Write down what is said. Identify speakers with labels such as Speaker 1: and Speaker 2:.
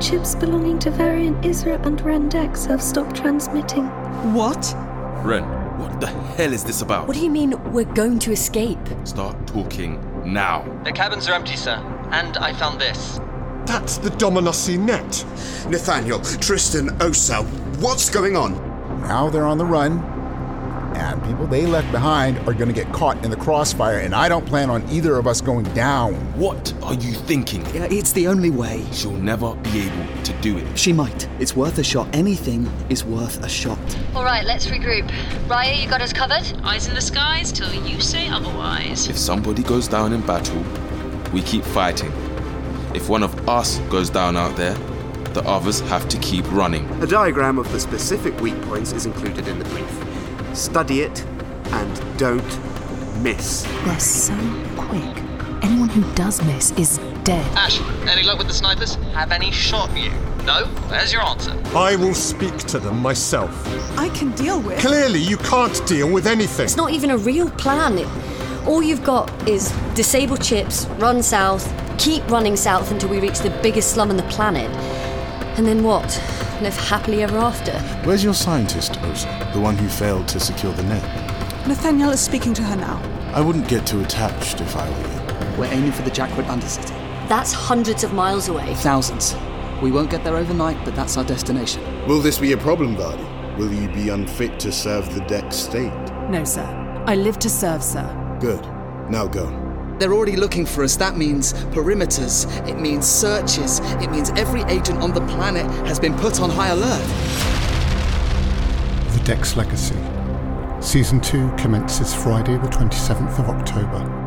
Speaker 1: Ships belonging to Varian Isra and Rendex have stopped transmitting.
Speaker 2: What?
Speaker 3: Ren, what the hell is this about?
Speaker 4: What do you mean we're going to escape?
Speaker 3: Start talking now.
Speaker 5: The cabins are empty, sir. And I found this.
Speaker 6: That's the Dominossi net.
Speaker 7: Nathaniel, Tristan, Osel, what's going on?
Speaker 8: Now they're on the run, and people they left behind are going to get caught in the crossfire, and I don't plan on either of us going down.
Speaker 3: What are you thinking?
Speaker 2: Yeah, it's the only way.
Speaker 3: She'll never be able to do it.
Speaker 2: She might. It's worth a shot. Anything is worth a shot.
Speaker 9: All right, let's regroup. Raya, you got us covered?
Speaker 10: Eyes in the skies till you say otherwise.
Speaker 3: If somebody goes down in battle, we keep fighting. If one of us goes down out there, the others have to keep running.
Speaker 11: A diagram of the specific weak points is included in the brief. Study it and don't miss.
Speaker 12: They're so quick. Anyone who does miss is dead.
Speaker 5: Ash, any luck with the snipers? Have any shot you? No? There's your answer.
Speaker 6: I will speak to them myself.
Speaker 13: I can deal with.
Speaker 6: Clearly, you can't deal with anything.
Speaker 4: It's not even a real plan. It, all you've got is disable chips, run south, keep running south until we reach the biggest slum on the planet. And then what? Live happily ever after?
Speaker 14: Where's your scientist, Osa? The one who failed to secure the net?
Speaker 13: Nathaniel is speaking to her now.
Speaker 14: I wouldn't get too attached if I were
Speaker 2: We're aiming for the Jackwood Undercity.
Speaker 4: That's hundreds of miles away.
Speaker 2: Thousands. We won't get there overnight, but that's our destination.
Speaker 14: you. Will this be a problem, Vardy? Will you be unfit to serve the Dex state?
Speaker 13: No, sir. I live to serve, sir.
Speaker 14: Good. Now go.
Speaker 2: They're already looking for us. That means perimeters. It means searches. It means every agent on the planet has been put on high alert.
Speaker 15: The Dex Legacy. Season 2 commences Friday, the 27th of October.